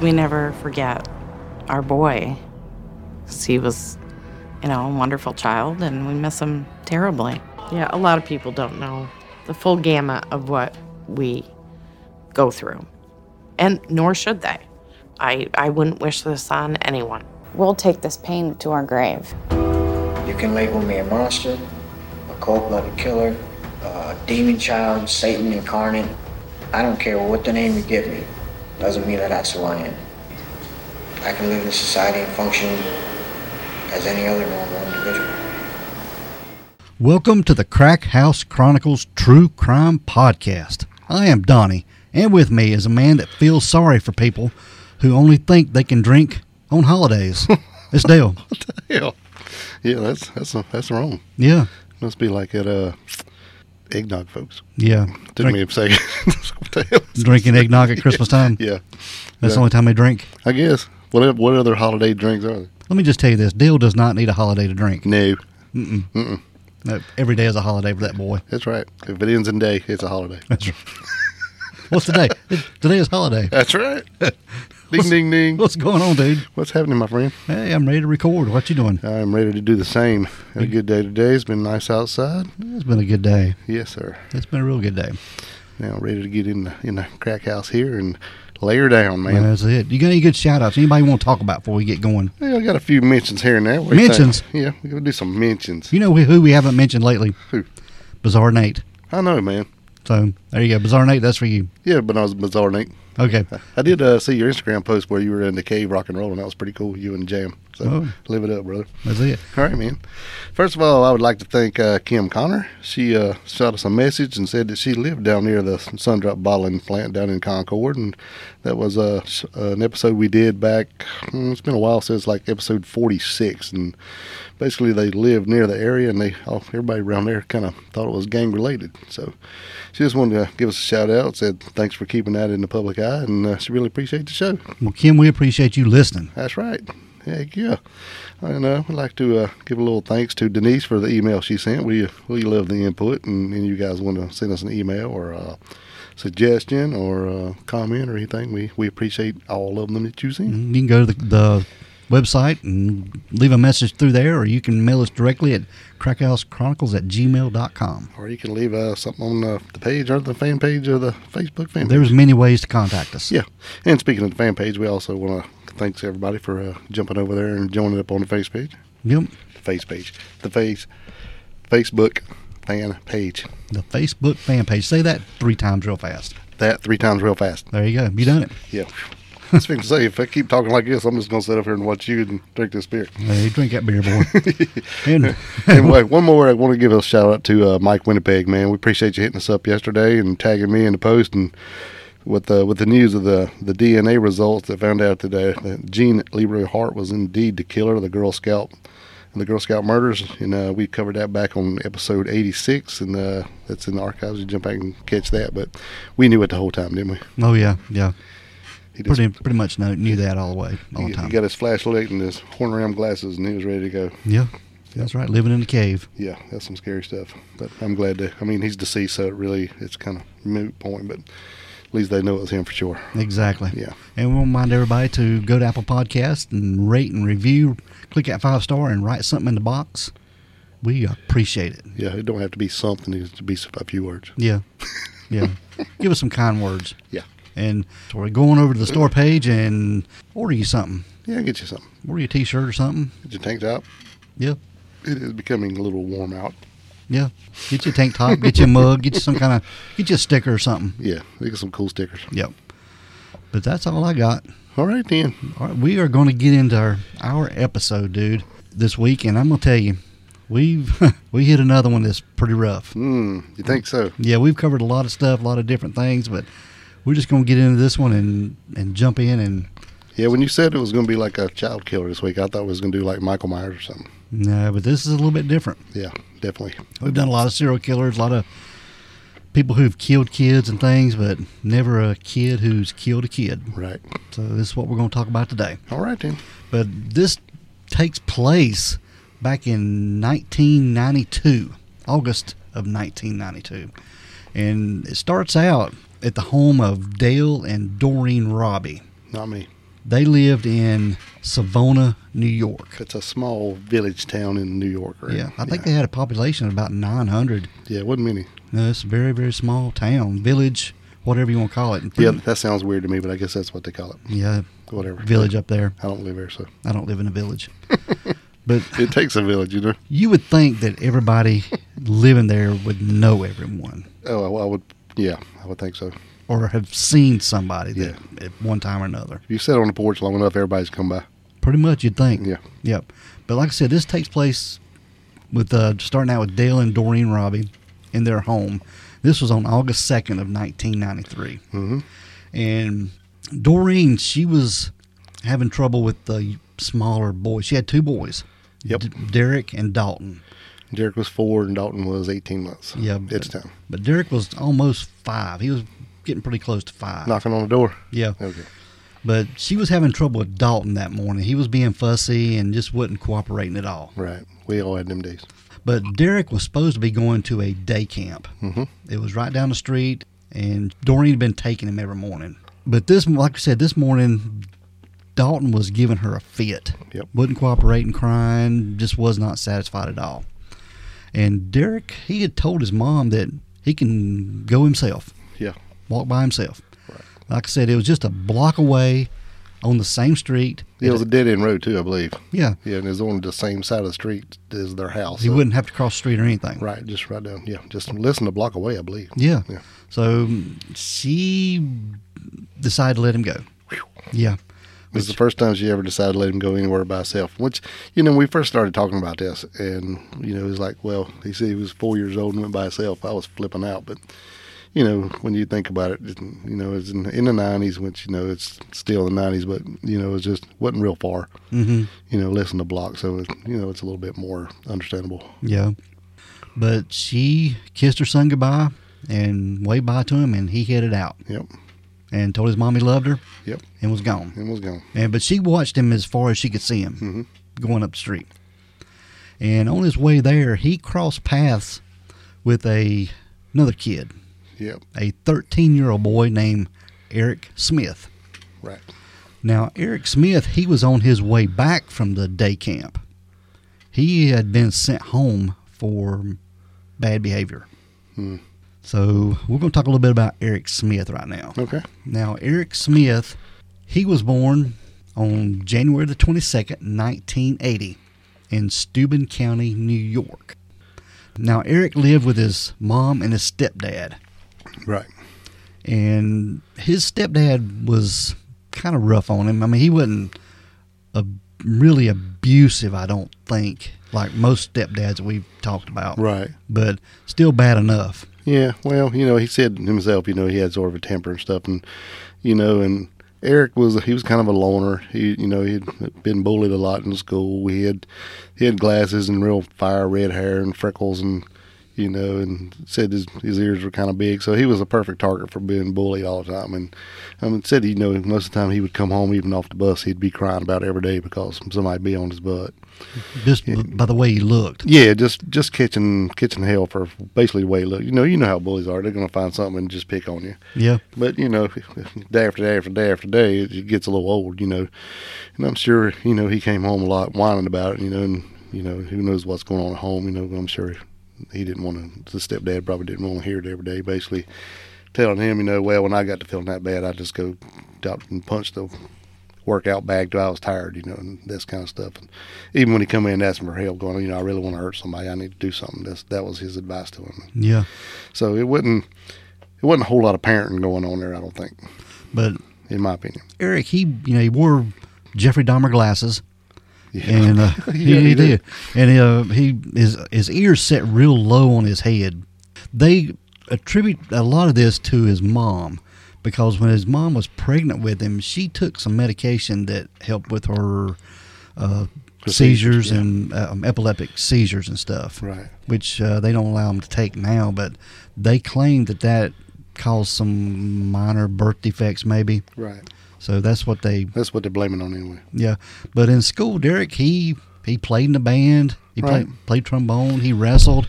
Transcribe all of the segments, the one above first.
we never forget our boy. 'Cause He was, you know, a wonderful child, and we miss him terribly. Yeah, a lot of people don't know the full gamut of what we go through, and nor should they. I, I wouldn't wish this on anyone. We'll take this pain to our grave. You can label me a monster, a cold-blooded killer, a demon child, Satan incarnate. I don't care what the name you give me. Doesn't mean that that's who I am. I can live in society and function as any other normal individual. Welcome to the Crack House Chronicles True Crime Podcast. I am Donnie, and with me is a man that feels sorry for people who only think they can drink on holidays. it's Dale. Hell, yeah, that's that's that's wrong. Yeah. Must be like at uh, eggnog, folks. Yeah. Took Drink- me a second. What the hell is- drinking eggnog at Christmas time. yeah, That's yeah. the only time they drink. I guess. What oth- what other holiday drinks are there? Let me just tell you this Dale does not need a holiday to drink. No, Uh, Every day is a holiday for that boy. that's right. If it ends in day, it's a holiday. That's right. What's today? today is holiday. That's right. ding ding ding. What's going on, dude? What's happening, my friend? Hey, I'm ready to record. What you doing? I'm ready to do the same. Had a good day today. It's been nice outside. It's been a good day. Yes, sir. It's been a real good day. Now ready to get in the in the crack house here and layer down, Man, man. that's it. You got any good shout outs? Anybody want to talk about before we get going? Yeah, I got a few mentions here and there. What do you think? Mentions? Yeah, we're gonna do some mentions. You know who- who we haven't mentioned lately? Who? Bizarre Nate. I know, man. So there you go. Bizarre Nate, that's for you. Yeah, but I was bizarre, Nick. Okay. I did uh, see your Instagram post where you were in the cave rock and roll, and that was pretty cool. You and Jam. So Oh. live it up, brother. That's it. All right, man. First of all, I would like to thank uh, Kim Connor. She uh, shot us a message and said that she lived down near the Sundrop Bottling Plant down in Concord, and that was uh, s- uh, an episode we did back. mm, It's been a while since like episode forty-six, and basically they lived near the area, and they all, everybody around there kind of thought it was gang related. So she just wanted to give us a shout out. Said thanks for keeping that in the public eye, and uh, she really appreciated the show. Well, Kim, we appreciate you listening. That's right. Heck yeah. And uh, I'd like to uh, give a little thanks to Denise for the email she sent. We we love the input, and, and you guys want to send us an email or a suggestion or a comment or anything. We, we appreciate all of them that you send. You can go to the, the website and leave a message through there, or you can mail us directly at crackhousechronicles at gmail.com. Or you can leave uh, something on uh, the page or the fan page or the Facebook fan page. There's many ways to contact us. Yeah. And speaking of the fan page, we also want to thanks everybody for uh, jumping over there and joining up on the face page. Yep. Face page. The face. Facebook fan page. The Facebook fan page. Say that three times real fast. That three times real fast. There you go. You done it. Yeah. I was to say, if I keep talking like this, I'm just going to sit up here and watch you and drink this beer. Hey, drink that beer, boy. and Anyway, one more I want to give a shout out to uh, Mike Winnipeg, man. We appreciate you hitting us up yesterday and tagging me in the post and with the with the news of the the DNA results that found out today that Gene Leroy Hart was indeed the killer of the Girl Scout the Girl Scout murders, and uh, we covered that back on episode 86, and uh, that's in the archives. You jump back and catch that, but we knew it the whole time, didn't we? oh yeah, yeah. He just- Pretty pretty much know, knew that all the way, all the He, he time. got his flashlight and his horn rim glasses, and he was ready to go. Yeah, that's right. Living in the cave. Yeah, that's some scary stuff. But I'm glad to. I mean, he's deceased, so it really it's kind of moot point. But at least they know it was him for sure. Exactly. Yeah. And we want to remind everybody to go to Apple Podcast and rate and review. Click that five star and write something in the box. We appreciate it. Yeah, it don't have to be something. It has to be a few words. Yeah. Yeah. Give us some kind words. Yeah, And so we're going over to the store page and order you something. yeah, get you something. Order you a t shirt or something. Get your tank top. Yeah. It is becoming a little warm out. Yeah. Get you a tank top, get you a mug, get you some kind of get you a sticker or something. Yeah, we got some cool stickers. Yep. But that's all I got. All right then. All right, we are going to get into our, our episode, dude, this week, and I'm going to tell you, we've we hit another one that's pretty rough. Mm, you think so? Yeah, we've covered a lot of stuff, a lot of different things, but we're just going to get into this one and and jump in and Yeah. When you said it was going to be like a child killer this week, I thought it was going to do like Michael Myers or something. no, but this is a little bit different. Yeah, definitely. We've done a lot of serial killers, a lot of people who've killed kids and things, but never a kid who's killed a kid. Right. So this is what we're going to talk about today. All right then. But this takes place back in 1992, August of 1992. And it starts out at the home of Dale and Doreen Robbie. Not me. They lived in Savona, New York. It's a small village town in New York. Right? Yeah, I think they had a population of about 900. Yeah, it wasn't many. No, it's a very, very small town, village, whatever you want to call it. And Yeah, pretty- that sounds weird to me, but I guess that's what they call it. yeah, Whatever. village up there. I don't live here, so I don't live in a village. but it takes a village, you know. you would think that everybody living there would know everyone Oh, I, I would. Yeah, I would think so. If or have seen somebody that, Yeah. at one time or another. you sit on the porch long enough, everybody's come by. Pretty much, you'd think. Yeah. Yep. But like I said, this takes place with uh, starting out with Dale and Doreen Robbie in their home. This was on August second of nineteen Mm-hmm. And Doreen, she was having trouble with the smaller boys. She had two boys. Yep. Derek and Dalton. Derek was four and Dalton was 18 months. Yeah. It's but- time. But Derek was almost five. He was getting pretty close to five. Knocking on the door. Yeah. Okay. But she was having trouble with Dalton that morning. He was being fussy and just wasn't cooperating at all. Right. We all had them days. But Derek was supposed to be going to a day camp. Mm-hmm. It was right down the street, and Doreen had been taking him every morning. But this, like I said, this morning, Dalton was giving her a fit. Yep. Wouldn't cooperate and crying, just was not satisfied at all. And Derek, he had told his mom that he can go himself, Yeah. walk by himself. Like I said, it was just a block away on the same street. It was a dead end road, too, I believe. yeah. Yeah, and it's on the same side of the street as their house. He so- wouldn't have to cross the street or anything. Right, just right down. Yeah, just less than a block away, I believe. Yeah. Yeah. So um, she decided to let him go. Yeah. This is the first time she ever decided to let him go anywhere by herself. Which, you know, we first started talking about this, and you know, he's like, "Well, he said he was four years old and went by himself." I was flipping out, but you know, when you think about it, it- you know, it's in, in the '90s, which you know, it's still the '90s, but you know, it just wasn't real far. Mm-hmm. You know, less than a block, so it, you know, it's a little bit more understandable. Yeah. But she kissed her son goodbye and waved bye to him, and he headed out Yep, and told his mom he loved her yep, and was gone. and was gone. And but she watched him as far as she could see him going up the street. And on his way there, he crossed paths with a another kid, Yep, a 13 year old boy named Eric Smith. right. Now, Eric Smith, he was on his way back from the day camp. He had been sent home for bad behavior. So, we're going to talk a little bit about Eric Smith right now. Okay. Now, Eric Smith, he was born on January the 22nd, 1980, in Steuben County, New York. Now, Eric lived with his mom and his stepdad Right. and his stepdad was kind of rough on him. I mean, he wasn't a, really abusive, I don't think, like most stepdads we've talked about. Right. But still bad enough. Yeah, well, you know, he said himself, you know, he had sort of a temper and stuff, and you know, and Eric was he was kind of a loner. He, you know, he'd been bullied a lot in school. He had he had glasses and real fire red hair and freckles, and you know, and said his his ears were kind of big, so he was a perfect target for being bullied all the time. And I mean, said you know, most of the time he would come home even off the bus, he'd be crying about it every day because somebody'd be on his butt. Just b- by the way he looked. Yeah, just just catching catching hell for basically the way he looked. You know, you know how bullies are. They're gonna find something and just pick on you. Yeah. But you know, day after day after day after day, it it gets a little old, you know. And I'm sure you know he came home a lot whining about it, you know, and you know who knows what's going on at home, you know. I'm sure he didn't want to. The stepdad probably didn't want to hear it every day. Basically, telling him, you know, well, when I got to feeling that bad, I just go out and punch the workout bag till I was tired, you know, and this kind of stuff. And even when he come in and asked for help, going, you know, I really want to hurt somebody. I need to do something. That's that was his advice to him. Yeah. So it wasn't it wasn't a whole lot of parenting going on there. I don't think, But in my opinion. Eric, he, you know, he wore Jeffrey Dahmer glasses. And uh, he, Yeah, he he did, did. and uh, he his his ears set real low on his head. They attribute a lot of this to his mom, because when his mom was pregnant with him, she took some medication that helped with her uh, seizures seizures, yeah. and um, epileptic seizures and stuff. Right. Which uh, they don't allow them to take now, but they claim that that caused some minor birth defects, maybe. Right. So that's what they That's what they're blaming on anyway. yeah, but in school, Derek he he played in the band. He Right. played played trombone. He wrestled,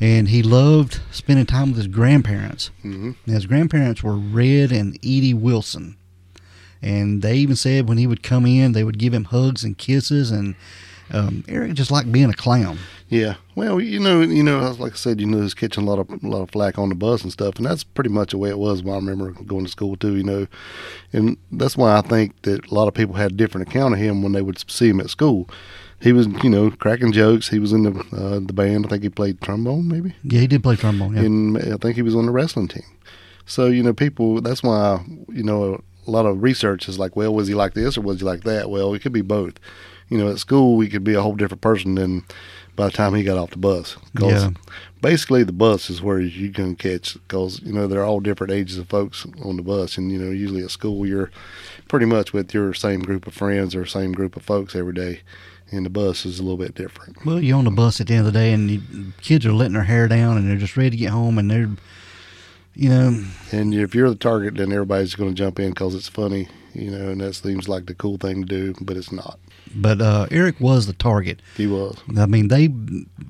and he loved spending time with his grandparents. Mm-hmm. his grandparents were Red and Edie Wilson, And they even said when he would come in, they would give him hugs and kisses. And um, Eric just liked being a clown. Yeah. Well, you know, you know, like I said, you know, he was catching a lot of a lot of flack on the bus and stuff, and that's pretty much the way it was when I remember going to school too. You know, and that's why I think that a lot of people had a different account of him when they would see him at school. He was, you know, cracking jokes. He was in the uh, the band. I think he played trombone, maybe, Yeah, he did play trombone. Yeah. and I think he was on the wrestling team. So you know, people. That's why you know a lot of research is like, well, was he like this or was he like that? Well, it could be both. You know, at school he could be a whole different person than by the time he got off the bus. 'Cause Yeah. Basically, the bus is where you can catch because you know they're all different ages of folks on the bus, and you know usually at school you're pretty much with your same group of friends or same group of folks every day, and the bus is a little bit different. Well, you're on the bus at the end of the day, and you, kids are letting their hair down, and they're just ready to get home, and they're, you know, And if you're the target, then everybody's going to jump in because it's funny, you know, and that seems like the cool thing to do, but it's not. but uh, Eric was the target. He was. I mean, they,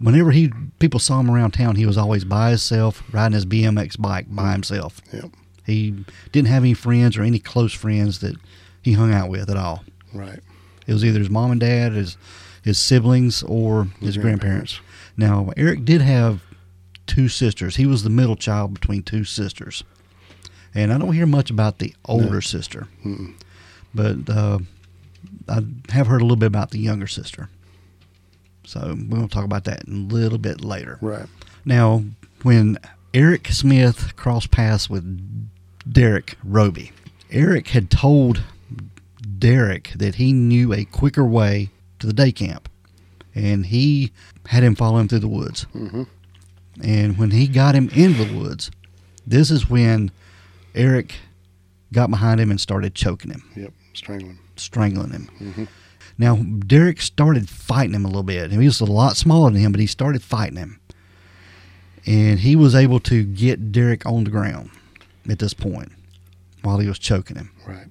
whenever he, people saw him around town, he was always by himself, riding his BMX bike by himself. Yep. He didn't have any friends or any close friends that he hung out with at all. Right. It was either his mom and dad, his his siblings, or his grandparents. Now Eric did have two sisters. He was the middle child between two sisters, and I don't hear much about the older sister, but uh, I have heard a little bit about the younger sister. So we're going to talk about that a little bit later. Right. Now, when Eric Smith crossed paths with Derek Roby, Eric had told Derek that he knew a quicker way to the day camp, and he had him follow him through the woods. And when he got him into the woods, this is when Eric got behind him and started choking him Yep. Strangling. strangling him. Now, Derek started fighting him a little bit. He was a lot smaller than him, but he started fighting him. And he was able to get Derek on the ground at this point while he was choking him. Right.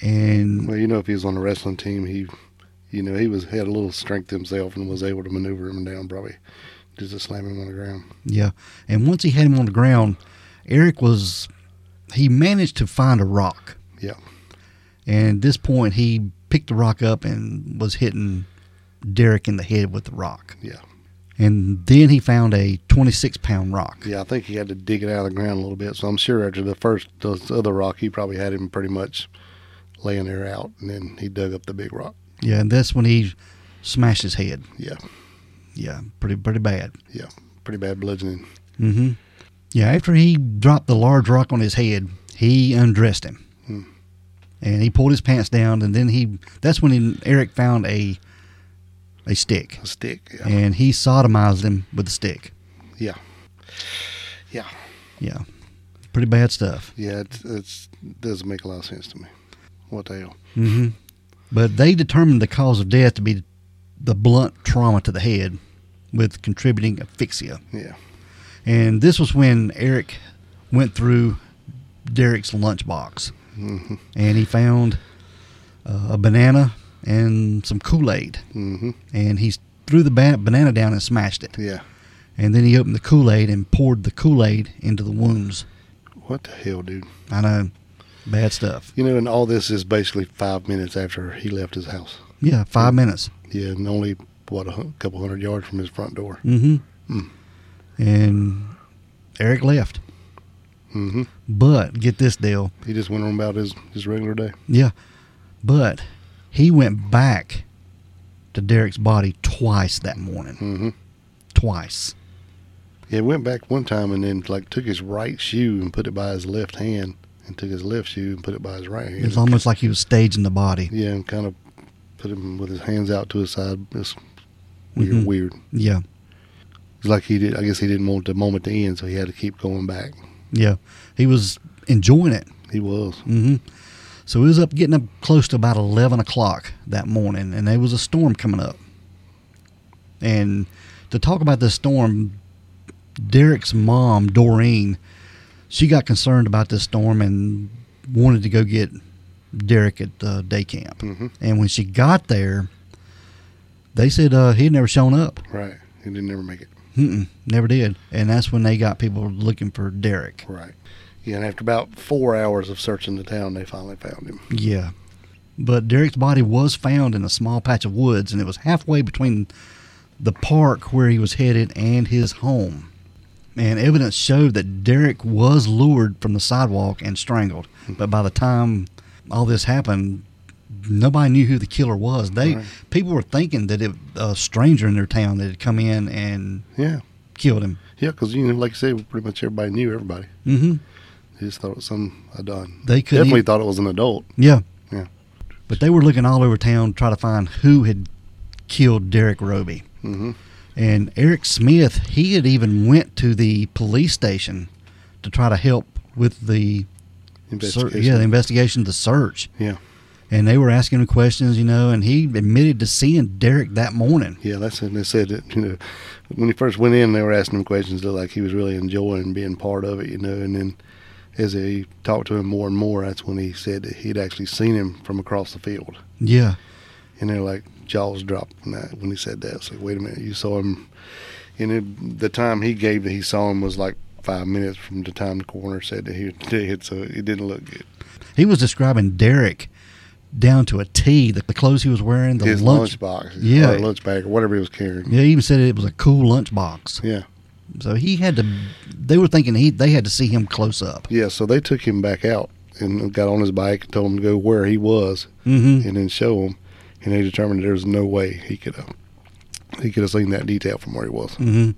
And Well, you know, if he was on the wrestling team, he, you know, he was had a little strength himself and was able to maneuver him down probably just to slam him on the ground. yeah, and once he had him on the ground, Eric was, he managed to find a rock. Yeah. And at this point, he picked the rock up and was hitting Derek in the head with the rock. Yeah. And then he found a 26 pound rock. Yeah. I think he had to dig it out of the ground a little bit. So I'm sure after the first, those other rock, he probably had him pretty much laying there out. And then he dug up the big rock. Yeah, and that's when he smashed his head. Yeah. Yeah, pretty pretty bad. Yeah. Pretty bad bludgeoning. Mm-hmm. Yeah, after he dropped the large rock on his head, he undressed him, and he pulled his pants down, and then he. That's when he, Eric found a a stick, A stick. Yeah. and he sodomized him with the stick. Yeah. Yeah. Yeah, pretty bad stuff. Yeah, it's, it's doesn't make a lot of sense to me. What the hell? Mm-hmm. But they determined the cause of death to be the blunt trauma to the head, with contributing asphyxia. Yeah. And this was when Eric went through Derek's lunchbox and he found uh, a banana and some Kool Aid. Mm-hmm. And he threw the ba- banana down and smashed it. Yeah. And then he opened the Kool Aid and poured the Kool Aid into the wounds. What the hell, dude? I know, bad stuff. You know, and all this is basically five minutes after he left his house. Yeah, five minutes. Yeah, and only what a hun- couple hundred yards from his front door. Mm-hmm. And Eric left. Mm-hmm. But get this deal. He just went on about his his regular day. Yeah. But he went back to Derek's body twice that morning. Mm-hmm. Twice. Yeah, went back one time and then like took his right shoe and put it by his left hand, and took his left shoe and put it by his right hand. It's almost like he was staging the body. yeah, and kind of put him with his hands out to his side. It's weird, Mhm. weird. Yeah. It's like he did. I guess he didn't want the moment to end, so he had to keep going back. Yeah. He was enjoying it. He was. hmm So it was up getting up close to about 11 o'clock that morning, and there was a storm coming up. And to talk about this storm, Derek's mom, Doreen, she got concerned about this storm and wanted to go get Derek at the day camp. And when she got there, they said uh, he had never shown up. Right. He didn't ever make it. Mm-mm, never did. And that's when they got people looking for Derek. Right. Yeah, and after about four hours of searching the town, they finally found him. Yeah. But Derek's body was found in a small patch of woods, and it was halfway between the park where he was headed and his home. And evidence showed that Derek was lured from the sidewalk and strangled. But by the time all this happened, nobody knew who the killer was. They people were thinking that it a stranger in their town that had come in and Yeah, killed him. yeah, because you know, like I said, pretty much everybody knew everybody. hmm They just thought it was some adult. They couldn't e- definitely even- thought it was an adult. Yeah. Yeah. But they were looking all over town to try to find who had killed Derek Roby. Mhm. And Eric Smith, he had even went to the police station to try to help with the ser- Investigation. yeah the investigation, the search. yeah, And they were asking him questions, you know, and he admitted to seeing Derek that morning. yeah. That's and they said that you know when he first went in, they were asking him questions. Looked like he was really enjoying being part of it, you know. And then as they talked to him more and more, that's when he said that he'd actually seen him from across the field. Yeah. And they're like jaws dropped when, that, when he said that. It's like, wait a minute, you saw him. And it, the time he gave that he saw him was like five minutes from the time the coroner said that he was dead. So it didn't look good. He was describing Derek down to a T, the, the clothes he was wearing, the His lunch. lunchbox, Yeah. or lunch bag, or whatever he was carrying. Yeah, he even said it was a cool lunchbox. Yeah, So he had to. They were thinking he they had to see him close up. yeah. So they took him back out and got on his bike and told him to go where he was Mm-hmm. and then show him. And they determined there was no way he could have he could have seen that detail from where he was. Mm-hmm.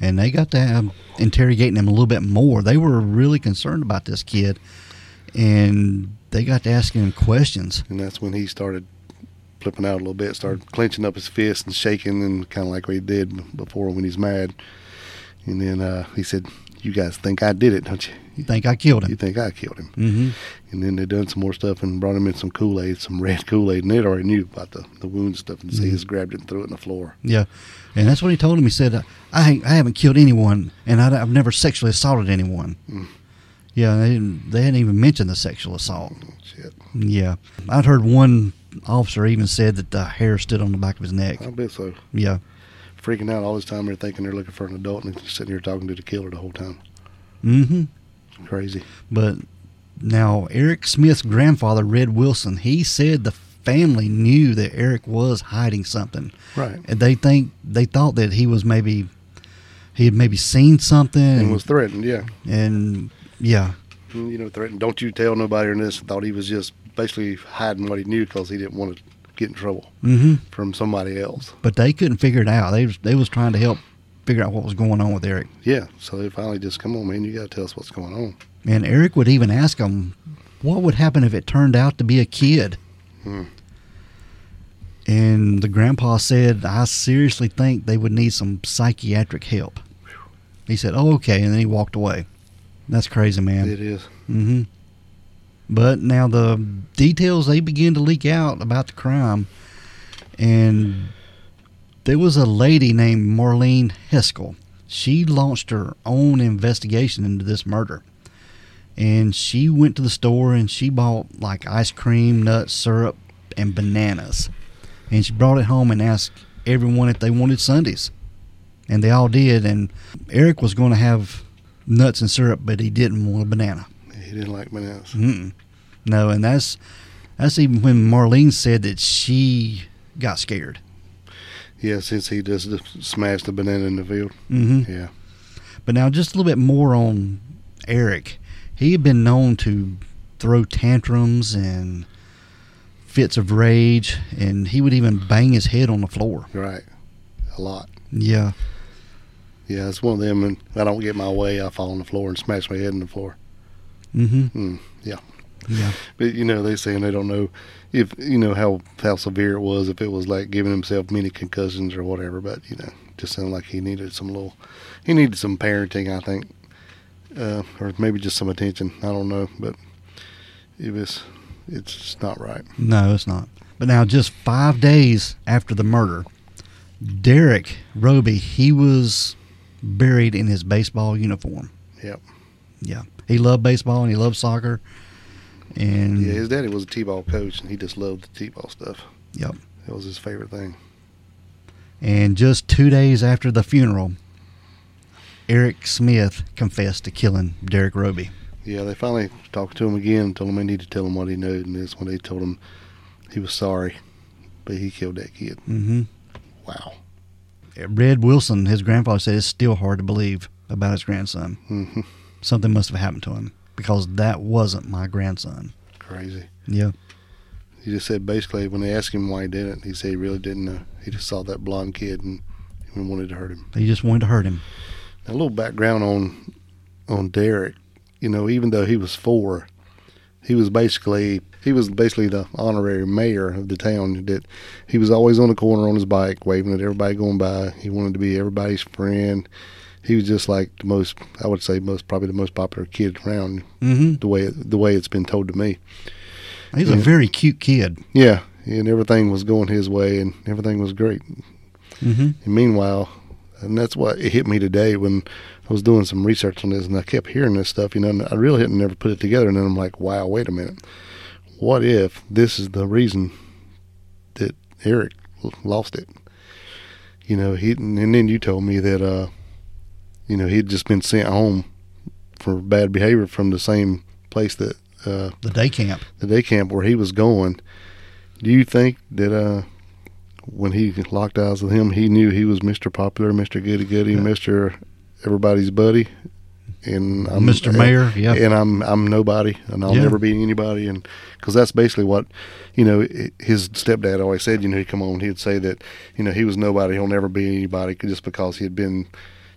And they got to have- interrogating him a little bit more. They were really concerned about this kid, and they got to asking him questions. and that's when he started flipping out a little bit, started clenching up his fist and shaking, and kind of like what he did b- before when he's mad. And then uh, he said, "You guys think I did it, don't you? You think I killed You him? think I killed him?" Mm-hmm. And then they done some more stuff and brought him in some Kool Aid, some red Kool Aid, and they already knew about the the wound stuff. And so he just grabbed it and threw it on the floor. Yeah. And that's what he told him. He said, "I I haven't killed anyone, and I, have never sexually assaulted anyone." Yeah, they didn't, they hadn't even mentioned the sexual assault. Shit, Yeah, I'd heard one officer even said that the hair stood on the back of his neck. I bet so. Yeah. Freaking out all this time, they're thinking they're looking for an adult, and they're sitting here talking to the killer the whole time. Mm-hmm. Crazy. But now Eric Smith's grandfather, Red Wilson, he said the family knew that Eric was hiding something. Right. And they think they thought that he was maybe he had maybe seen something And was threatened, yeah. and yeah. you know, threatened, don't you tell nobody and this. Thought he was just basically hiding what he knew because he didn't want to get in trouble hmm from somebody else. But they couldn't figure it out. They was, they was trying to help figure out what was going on with Eric. Yeah, so they finally just, come on, man, you got to tell us what's going on. And Eric would even ask him, what would happen if it turned out to be a kid? Hmm. And the grandpa said, I seriously think they would need some psychiatric help. He said, oh, okay. And then he walked away. That's crazy, man. It is. hmm But now the details, they begin to leak out about the crime. And there was a lady named Marlene Heskel. She launched her own investigation into this murder. And she went to the store and she bought like ice cream, nuts, syrup, and bananas. And she brought it home and asked everyone if they wanted Sundays. And they all did. And Eric was going to have nuts and syrup, but he didn't want a banana. He didn't like bananas. Mm-mm. No, and that's that's even when Marlene said that she got scared. Yeah, since he just smashed the banana in the field. hmm Yeah. But now, just a little bit more on Eric. He had been known to throw tantrums and fits of rage, and he would even bang his head on the floor. Right. A lot. Yeah, Yeah, it's one of them, and if I don't get my way, I fall on the floor and smash my head in the floor. mm-hmm. Mm, yeah. yeah, But you know, they saying they don't know if you know how how severe it was, if it was like giving himself many concussions or whatever. But you know, just sounded like he needed some little, he needed some parenting, I think, uh, or maybe just some attention. I don't know, but it was, it's just not right. no, it's not. But now, just five days after the murder, Derek Roby he was buried in his baseball uniform. Yep. Yeah, he loved baseball and he loved soccer, and Yeah, his daddy was a t-ball coach, and he just loved the t-ball stuff. Yep. That was his favorite thing. and just two days after the funeral, Eric Smith confessed to killing Derek Roby. Yeah, they finally talked to him again and told him they need to tell him what he knew, and that's when they told him he was sorry, but he killed that kid. Mm-hmm. Wow. Red Wilson, his grandfather said it's still hard to believe about his grandson. hmm Something must have happened to him because that wasn't my grandson. Crazy. Yeah. He just said basically when they asked him why he did it, he said he really didn't know. He just saw that blonde kid and he wanted to hurt him. He just wanted to hurt him. A little background on on Derek. You know, even though he was four, he was basically he was basically the honorary mayor of the town. That he was always on the corner on his bike, waving at everybody going by. He wanted to be everybody's friend. He was just like the most, I would say, most probably the most popular kid around. Mm-hmm. The way the way it's been told to me. He's a Yeah. very cute kid. Yeah, and everything was going his way, and everything was great. Mm-hmm. And meanwhile, and that's what it hit me today when I was doing some research on this, and I kept hearing this stuff, you know, and I really hadn't never put it together. And then I'm like, wow, wait a minute. What if this is the reason that Eric l- lost it? You know, he, and then you told me that, uh, you know, he'd just been sent home for bad behavior from the same place that, uh, The day camp. the day camp where he was going, do you think that uh, when he locked eyes with him, he knew he was Mr. Popular, Mr. Goody Goody, Mr. Everybody's buddy, and I'm Mr. Mayor, yeah. and I'm I'm nobody, and I'll Yeah. never be anybody, and because that's basically what you know i- his stepdad always said. You know, he'd come on, he'd say that you know he was nobody, he'll never be anybody, just because he had been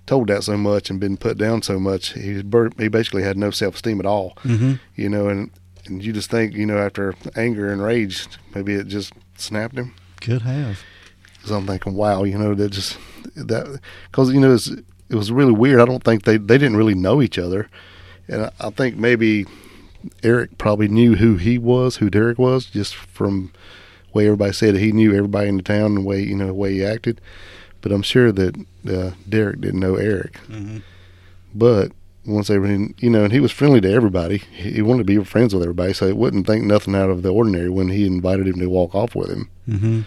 told that so much and been put down so much. He was bur- he basically had no self esteem at all Mm-hmm. you know, and, and you just think, you know, after anger and rage, maybe it just snapped him. Could have. So I'm thinking, wow, you know, that just that because you know it's, it was really weird. I don't think they they didn't really know each other, and I, I think maybe Eric probably knew who he was, who Derek was, just from the way everybody said it. He knew everybody in the town and the way you know the way he acted, but I'm sure that uh, Derek didn't know Eric. Mhm. But once they were in, you know, and he was friendly to everybody. He he wanted to be friends with everybody, so it wouldn't think nothing out of the ordinary when he invited him to walk off with him Mm-hmm.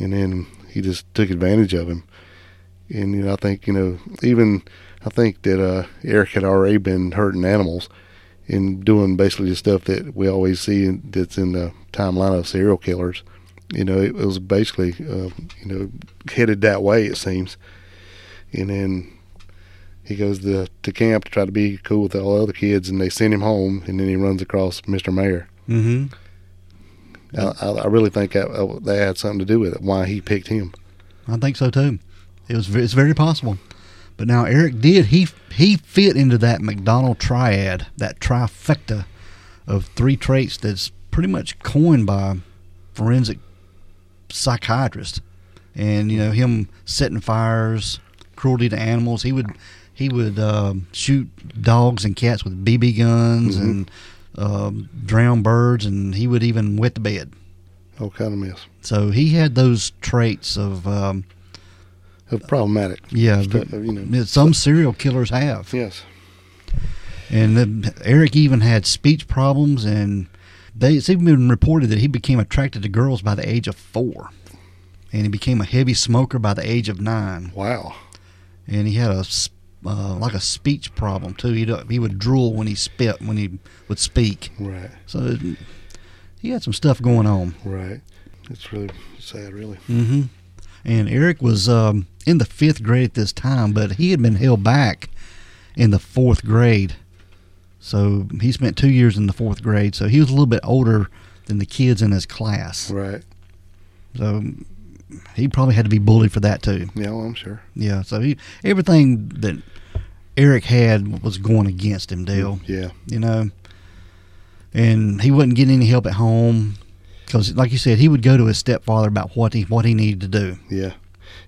and then he just took advantage of him. And you know, I think you know, even I think that uh, Eric had already been hurting animals and doing basically the stuff that we always see in, that's in the timeline of serial killers. You know, it, was basically uh, you know headed that way it seems. And then he goes to to camp to try to be cool with all the other kids, and they send him home. And then he runs across Mr. Mayor. Mm-hmm. I, I I really think that, uh, that had something to do with it. Why he picked him. I think so too. It was it's very possible. But now Eric did he he fit into that McDonald triad, that trifecta of three traits that's pretty much coined by forensic psychiatrists. And you know him setting fires, cruelty to animals. He would he would um shoot dogs and cats with BB guns and um, drown birds, and he would even wet the bed. All Oh, kind of mess So he had those traits of um, of problematic. yeah, Stuff, you know. that some serial killers have. Yes. And then Eric even had speech problems, and they, it's even been reported that he became attracted to girls by the age of four. And he became a heavy smoker by the age of nine. Wow. And he had a s- uh, like a speech problem too. He he would drool when he spit when he would speak. Right. So it, he had some stuff going on. Right. It's really sad. Really. hmm And Eric was um, in the fifth grade at this time, but he had been held back in the fourth grade. So he spent two years in the fourth grade. So he was a little bit older than the kids in his class. Right. So um, he probably had to be bullied for that too. Yeah. Well, I'm sure. Yeah. So he, everything that Eric had was going against him, Dale. Mm, Yeah. You know, and he wasn't getting any help at home because, like you said, he would go to his stepfather about what he what he needed to do. Yeah.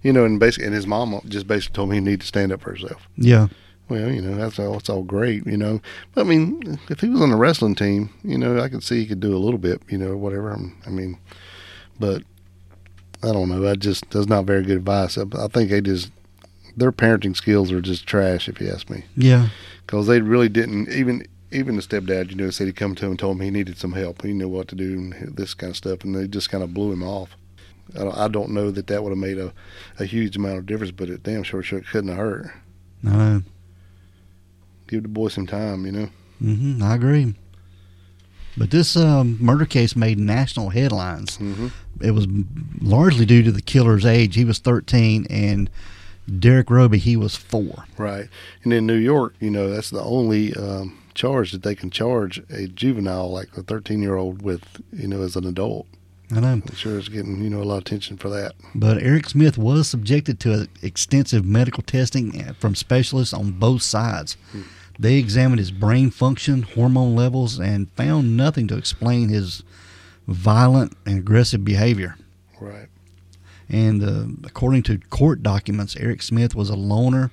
You know, and basically, and his mom just basically told me he needed to stand up for himself. Yeah. Well, you know, that's all. It's all great, you know. But I mean, if he was on the wrestling team, you know, I could see he could do a little bit, you know, whatever. I'm- I mean, but I don't know. I just that's not very good advice. I, I think they just their parenting skills are just trash, if you ask me, Yeah. because they really didn't even. Even the stepdad, you know, said he come to him and told him he needed some help. He knew what to do and this kind of stuff, and they just kind of blew him off. I don't, I don't know that that would have made a, a huge amount of difference, but it damn sure, sure couldn't have hurt. I know. Give the boy some time, you know. hmm I agree. But this um, murder case made national headlines. It was largely due to the killer's age. He was 13, and Derek Roby, he was four. Right. And in New York, you know, that's the only um, charge that they can charge a juvenile, like a 13 year old, with, you know, as an adult. I know. I'm sure it's getting, you know, a lot of attention for that. But Eric Smith was subjected to extensive medical testing from specialists on both sides. They examined his brain function, hormone levels, and found nothing to explain his violent and aggressive behavior. Right. And uh, according to court documents, Eric Smith was a loner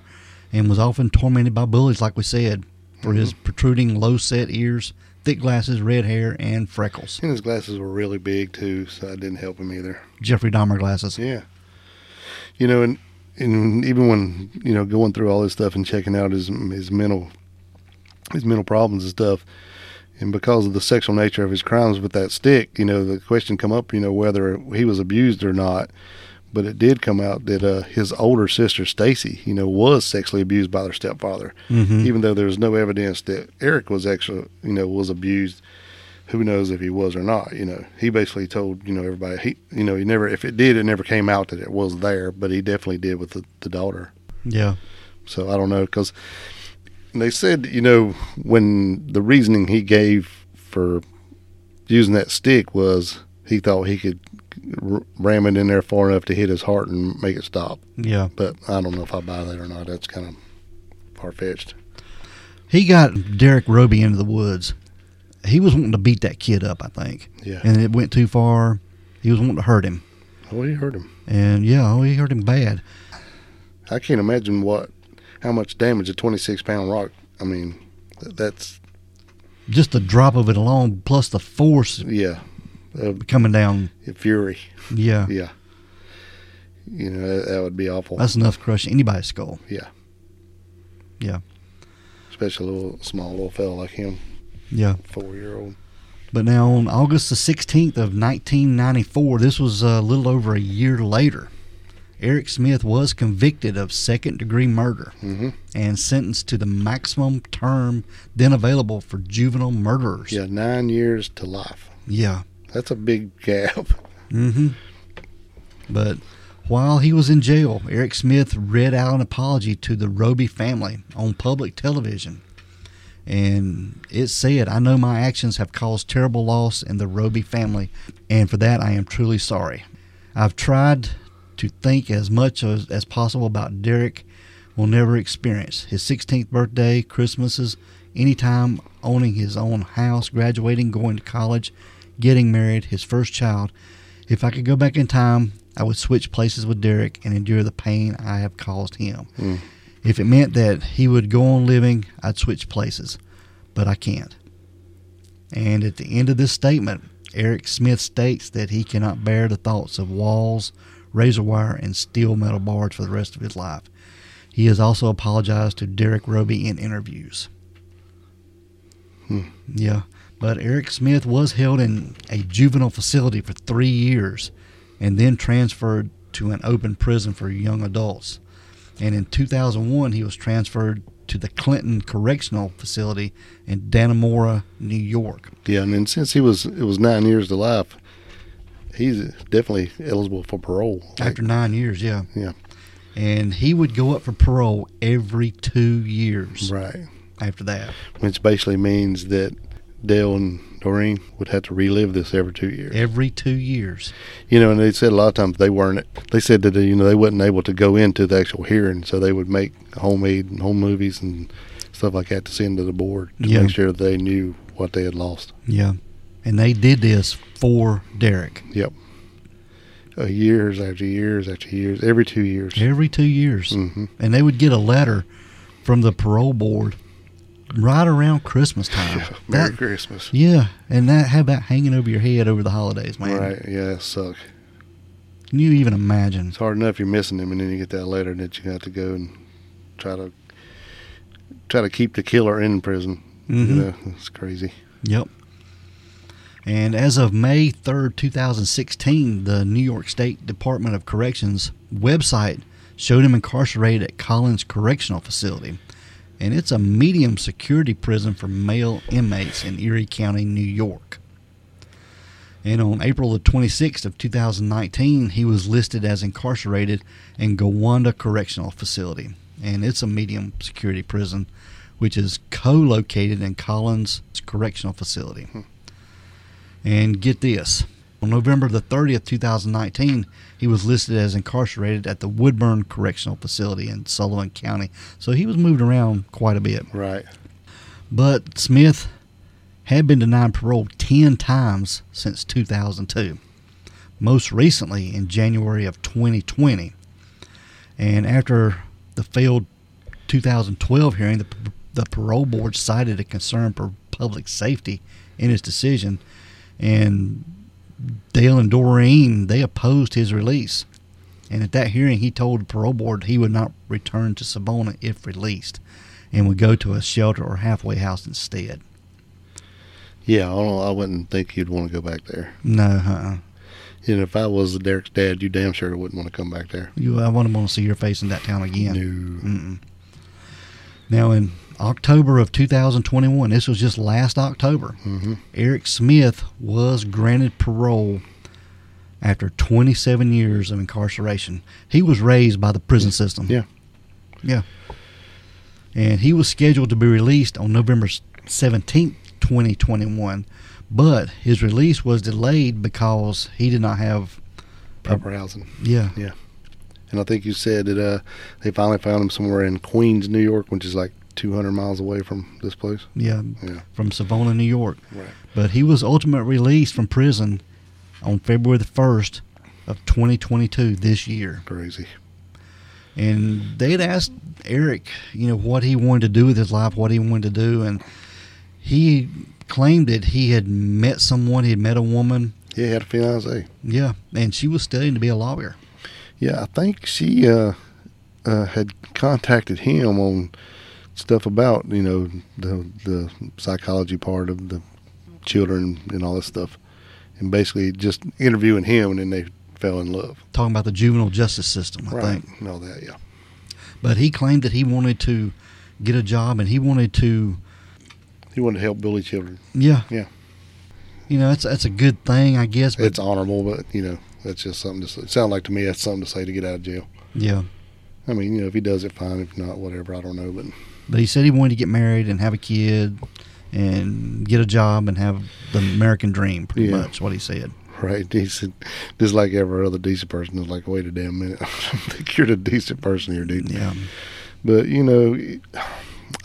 and was often tormented by bullies, like we said, for his protruding, low set ears, thick glasses, red hair, and freckles. And his glasses were really big, too, so that didn't help him either. Jeffrey Dahmer glasses. Yeah. You know, and and even when you know going through all this stuff and checking out his his mental his mental problems and stuff, and because of the sexual nature of his crimes with that stick, you know, the question come up, you know, whether he was abused or not. But it did come out that uh, his older sister Stacy, you know, was sexually abused by their stepfather, even though there was no evidence that Eric was actually, you know, was abused who knows if he was or not. You know, he basically told you know everybody he you know he never if it did it never came out that it was there, but he definitely did with the, the daughter. Yeah. So I don't know because they said you know when the reasoning he gave for using that stick was he thought he could r- ram it in there far enough to hit his heart and make it stop. Yeah. But I don't know if I buy that or not. That's kind of far fetched. He got Derek Roby into the woods. He was wanting to beat that kid up, I think. Yeah. And it went too far. He was wanting to hurt him. Oh, you heard him. And yeah, oh, he hurt him bad. I can't imagine what, how much damage a 26 pound rock. I mean, th- that's Just the drop of it alone, plus the force yeah, uh, coming down. fury. Yeah. Yeah, you know that, that would be awful. That's enough to crush anybody's skull. yeah, Yeah. especially a little small little fella like him, Yeah. four year old. But now on August the 16th of 1994, this was uh, a little over a year later, Eric Smith was convicted of second degree murder and sentenced to the maximum term then available for juvenile murderers. Yeah, nine years to life. Yeah. That's a big gap. But while he was in jail, Eric Smith read out an apology to the Roby family on public television. And it said, I know my actions have caused terrible loss in the Roby family, and for that I am truly sorry. I've tried to think as much as, as possible about Derek will never experience his 16th birthday, Christmases, any time owning his own house, graduating, going to college, getting married, his first child. If I could go back in time, I would switch places with Derek and endure the pain I have caused him. If it meant that he would go on living, I'd switch places, but I can't. And at the end of this statement, Eric Smith states that he cannot bear the thoughts of walls, razor wire, and steel metal bars for the rest of his life. He has also apologized to Derek Roby in interviews. Yeah, but Eric Smith was held in a juvenile facility for three years and then transferred to an open prison for young adults. And in 2001, he was transferred to the Clinton Correctional Facility in Dannemora, New York. Yeah, and then since he was it was nine years to life, he's definitely eligible for parole. After nine years, yeah. yeah, And he would go up for parole every two years right. after that. which basically means that Dale and Doreen would have to relive this every two years. Every two years. You know, and they said a lot of times they weren't. They said that you know they wasn't able to go into the actual hearing, so they would make homemade home movies and stuff like that to send to the board to Yeah. make sure they knew what they had lost. Yeah. And they did this for Derek Yep. Uh, years after years after years, every two years. every two years. Mm-hmm. And they would get a letter from the parole board right around Christmas time. Merry That- Christmas. Yeah. And that, how about hanging over your head over the holidays, man? Right? Yeah, that sucks. Can you even imagine? It's hard enough you're missing him, and then you get that letter that you got to go and try to try to keep the killer in prison. You Mhm. know, it's crazy. Yep. And as of May 3rd, 2016, the New York State Department of Corrections website showed him incarcerated at Collins Correctional Facility. and it's a medium security prison for male inmates in Erie County, New York. And on April the 26th of 2019, he was listed as incarcerated in Gowanda Correctional Facility, and it's a medium security prison, which is co-located in Collins Correctional Facility. And get this. On November the 30th, 2019, he was listed as incarcerated at the Woodburn Correctional Facility in Sullivan County. So he was moved around quite a bit. Right. But Smith had been denied parole 10 times since 2002, most recently in January of 2020. And after the failed 2012 hearing, the, the parole board cited a concern for public safety in its decision, and Dale and Doreen they opposed his release. And at that hearing, he told the parole board he would not return to Sabona if released, and would go to a shelter or halfway house instead. Yeah, I, don't, I wouldn't think he'd want to go back there. No, uh-uh. And if I was Derek's dad, you damn sure wouldn't want to come back there. You, I wouldn't want to see your face in that town again. No. Mm-mm. Now, in October of 2021, this was just last October, Mhm. Eric Smith was granted parole after 27 years of incarceration. He was raised by the prison system. Yeah. Yeah. And he was scheduled to be released on November 17th, 2021, but his release was delayed because he did not have. Proper Mm. housing. Yeah. Yeah. And I think you said that uh, they finally found him somewhere in Queens, New York, which is like 200 miles away from this place. Yeah. Yeah. From Savona, New York. Right. But he was ultimately released from prison on February the 1st of 2022 this year. Crazy. And they'd asked Eric, you know, what he wanted to do with his life, what he wanted to do. And he claimed that he had met someone, he had met a woman. Yeah, he had a fiance. Yeah. And she was studying to be a lawyer. Yeah, I think she uh, uh, had contacted him on stuff about you know the the psychology part of the children and all this stuff, and basically just interviewing him, and then they fell in love. Talking about the juvenile justice system, I right. think. And all that. Yeah. But he claimed that he wanted to get a job and he wanted to, He wanted to help bully children. yeah. Yeah. You know, that's, that's a good thing, I guess. But It's honorable, but you know that's just something to say. It sounded like to me that's something to say to get out of jail. yeah. I mean, you know, if he does it, fine. If not, whatever. I don't know, but But he said he wanted to get married and have a kid and get a job and have the American dream, pretty Yeah. much, what he said. Right, decent. Just like every other decent person is like, wait a damn minute. I don't think you're the decent person here, dude. Yeah. But you know,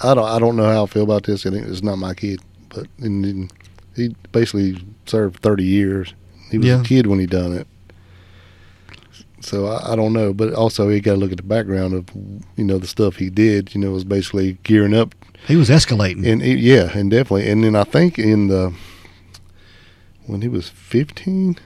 I don't. I don't know how I feel about this. I think it's not my kid, but and, then he basically served thirty years. He was Yeah. a kid when he done it. So I, I don't know, but also you got to look at the background of you know the stuff he did. You know, was basically gearing up He was escalating. and it- yeah, and definitely. And then I think in the when he was fifteen,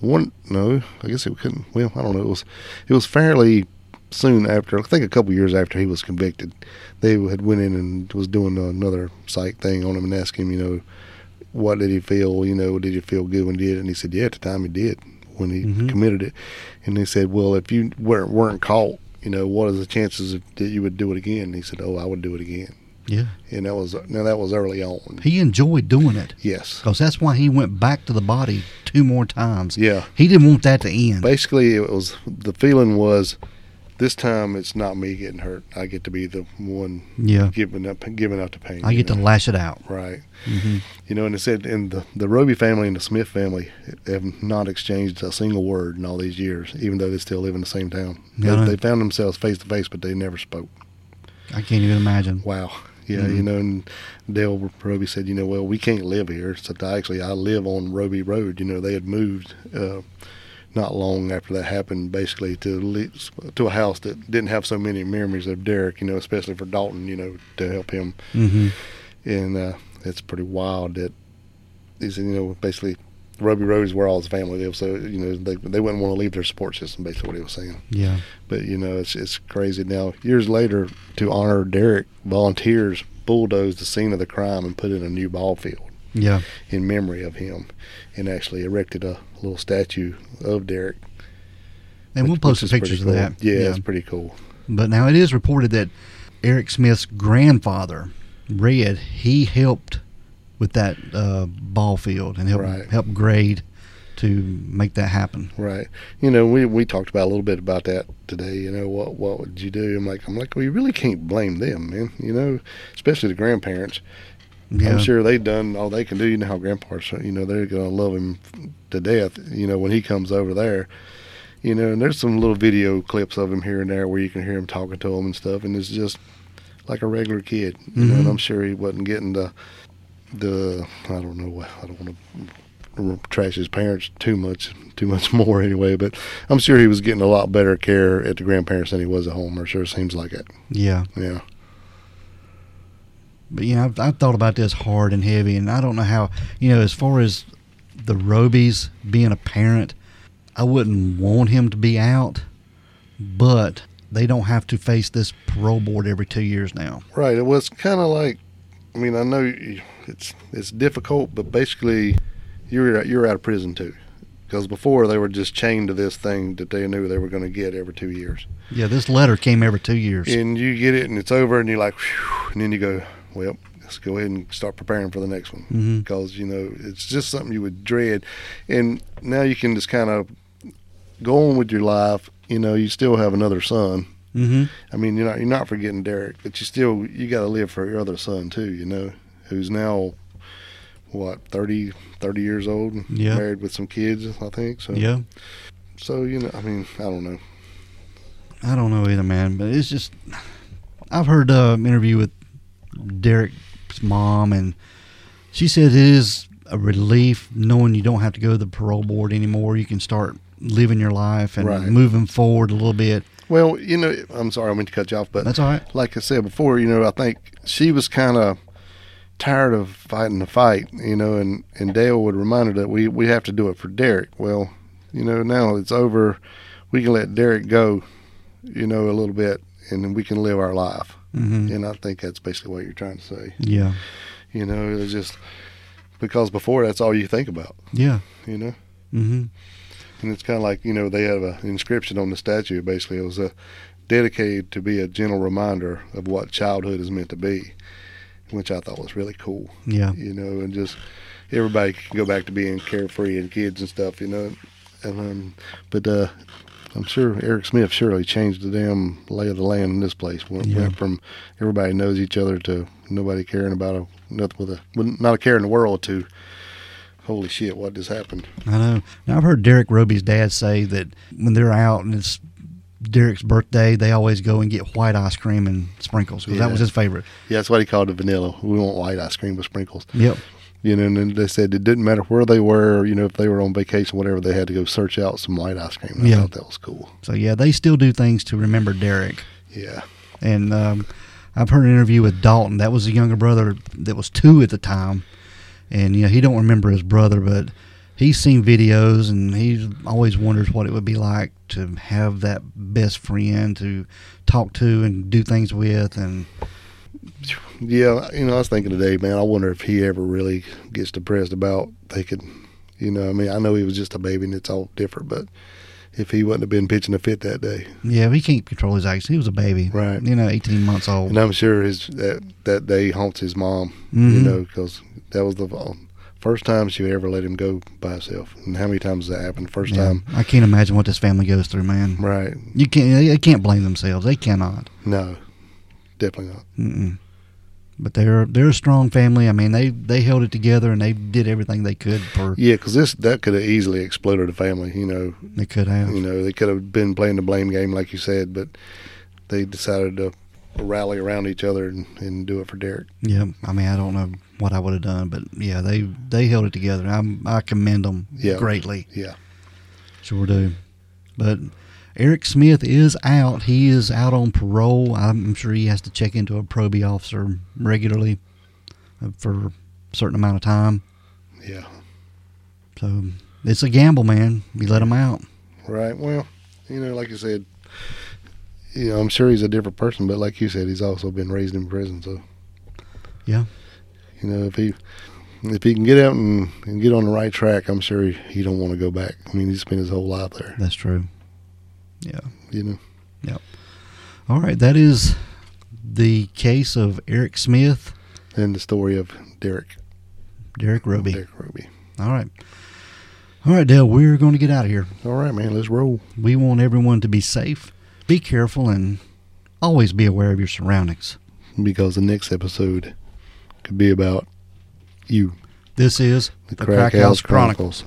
one no, I guess it couldn't. Well, I don't know. It was it was fairly soon after. I think a couple years after he was convicted, they had went in and was doing another psych thing on him and asked him, you know, what did he feel? You know, did he feel good when he did? it? And he said, yeah, at the time he did when he Mhm. committed it. And they said, well, if you weren't weren't caught. You know, what are the chances of, that you would do it again? And he said, "Oh, I would do it again." yeah. and that was now that was early on. He enjoyed doing it Yes, because that's why he went back to the body two more times. yeah. He didn't want that to end. Basically, it was the feeling was this time it's not me getting hurt. I get to be the one yeah. giving up, giving out the pain. I you get to know? lash it out. right. Mhm. You know, and it said, and the the Roby family and the Smith family have not exchanged a single word in all these years, even though they still live in the same town. They- Yeah. They, found themselves face to face, but they never spoke. I can't even imagine. Wow. Yeah, you know, and Dale Roby said, you know, well, we can't live here. So I- actually, I live on Roby Road. You know, they had moved uh, not long after that happened, basically to le- to a house that didn't have so many memories of Derek. You know, especially for Dalton. You know, to help him, hmm and uh, it's pretty wild that he said, you know, basically. Roby Road is where all his family lives, so you know they they wouldn't want to leave their support system. Basically, what he was saying Yeah. but you know it's it's crazy now. Years later, to honor Derek, volunteers bulldozed the scene of the crime and put in a new ball field Yeah. in memory of him, and actually erected a little statue of Derek. And we'll which- post which some is pretty pictures of cool. that. Yeah, it's pretty cool. But now it is reported that Eric Smith's grandfather, Red, he helped with that uh, ball field and helped Right. helped grade to make that happen. Right. You know, we, we talked about a little bit about that today. You know, what what would you do? I'm like, I'm like, well, you really can't blame them, man. You know, especially the grandparents. Yeah, I'm sure they've done all they can do. You know how grandpa's, you know, they're going to love him to death, you know, when he comes over there. You know, and there's some little video clips of him here and there where you can hear him talking to him and stuff. And it's just like a regular kid. You know, and I'm sure he wasn't getting the, the, I don't know, what- I don't want to trash his parents too much, too much more anyway. But I'm sure he was getting a lot better care at the grandparents than he was at home, or sure seems like it. yeah. Yeah. But you know, I've, I've thought about this hard and heavy, and I don't know how. You know, as far as the Robies being a parent, I wouldn't want him to be out, but they don't have to face this parole board every two years now. Right. It was kind of like, I mean, I know you- it's it's difficult, but basically, you're you're out of prison too, because before they were just chained to this thing that they knew they were going to get every two years, Yeah, this letter came every two years. and you get it and it's over, and you're like, Phew, and then you go, well, let's go ahead and start preparing for the next one, Mhm. because you know it's just something you would dread, and now you can just kind of go on with your life. You know, you still have another son. Mm-hmm. I mean, you're not you're not forgetting Derek, but you still you got to live for your other son too. You know, who's now what 30, 30 years old, and Yeah. married with some kids, I think. So Yeah, So you know, I mean, I don't know. I don't know either, man. But it's just I've heard uh, an interview with Derek's mom, and she said it is a relief knowing you don't have to go to the parole board anymore. You can start living your life and Right. moving forward a little bit. Well, you know, I'm sorry, I meant to cut you off, but That's all right. like I said before, you know, I think she was kind of tired of fighting the fight, you know, and, and Dale would remind her that we, we have to do it for Derek. Well, you know, now it's over. We can let Derek go, you know, a little bit, and then we can live our life. Mhm. And I think that's basically what you're trying to say. Yeah, You know, it's just because before that's all you think about, yeah, you know? mm-hmm. And it's kind of like, you know, they have an inscription on the statue. Basically, it was uh dedicated to be a gentle reminder of what childhood is meant to be, which I thought was really cool, yeah, you know, and just everybody can go back to being carefree and kids and stuff, you know. And um, But uh, I'm sure Eric Smith surely changed the damn lay of the land in this place. Went, Yeah. went from everybody knows each other to nobody caring about a, nothing with a, with not a care in the world to, holy shit, what just happened? I know. Now I've heard Derek Roby's dad say that when they're out and it's Derek's birthday, they always go and get white ice cream and sprinkles because Yeah. that was his favorite. Yeah, that's what he called it vanilla. We want white ice cream with sprinkles. Yep. You know, and then they said it didn't matter where they were, you know, if they were on vacation, whatever, they had to go search out some white ice cream. I Yeah. thought that was cool. So yeah, they still do things to remember Derek. Yeah. And um, I've heard an interview with Dalton. That was a younger brother that was two at the time, and you know he don't remember his brother, but he's seen videos and he always wonders what it would be like to have that best friend to talk to and do things with. And Yeah, you know, I was thinking today, man, I wonder if he ever really gets depressed about they could, you know, I mean, I know he was just a baby and it's all different, but if he wouldn't have been pitching a fit that day, yeah, he can't control his actions. He was a baby, Right. You know, eighteen months old. and I'm sure his that that day haunts his mom, you Mhm. know, because that was the uh, first time she ever let him go by himself. And how many times has that happened? First Yeah. time, I can't imagine what this family goes through, man. Right. You can't. They, they can't blame themselves. They cannot. No, definitely not. Mm-mm. But they're they're a strong family. I mean, they they held it together and they did everything they could for Yeah, because this that could have easily exploded a family. You know, they could have. you know they could have been playing the blame game, like you said, but they decided to rally around each other and, and do it for Derek. Yeah, I mean, I don't know what I would have done, but yeah, they they held it together. I'm, I commend them Yeah. greatly. Yeah. Sure do. But Eric Smith is out. He is out on parole. I'm sure he has to check into a probie officer regularly uh, for a certain amount of time. Yeah. So it's a gamble, man. We let him out. Right. Well, you know, like you said, you know, I'm sure he's a different person, but like you said, he's also been raised in prison, so Yeah. you know, if he if he can get out and, and get on the right track, I'm sure he, he don't want to go back. I mean, he spent his whole life there, That's true. Yeah. you know. All right, that is the case of Eric Smith, And the story of Derek. Derek Ruby. Derek Ruby. All right. All right, Dale, we're going to get out of here. All right, man, let's roll. We want everyone to be safe, be careful, and always be aware of your surroundings. Because the next episode could be about you, This is the, Crack, House Chronicles.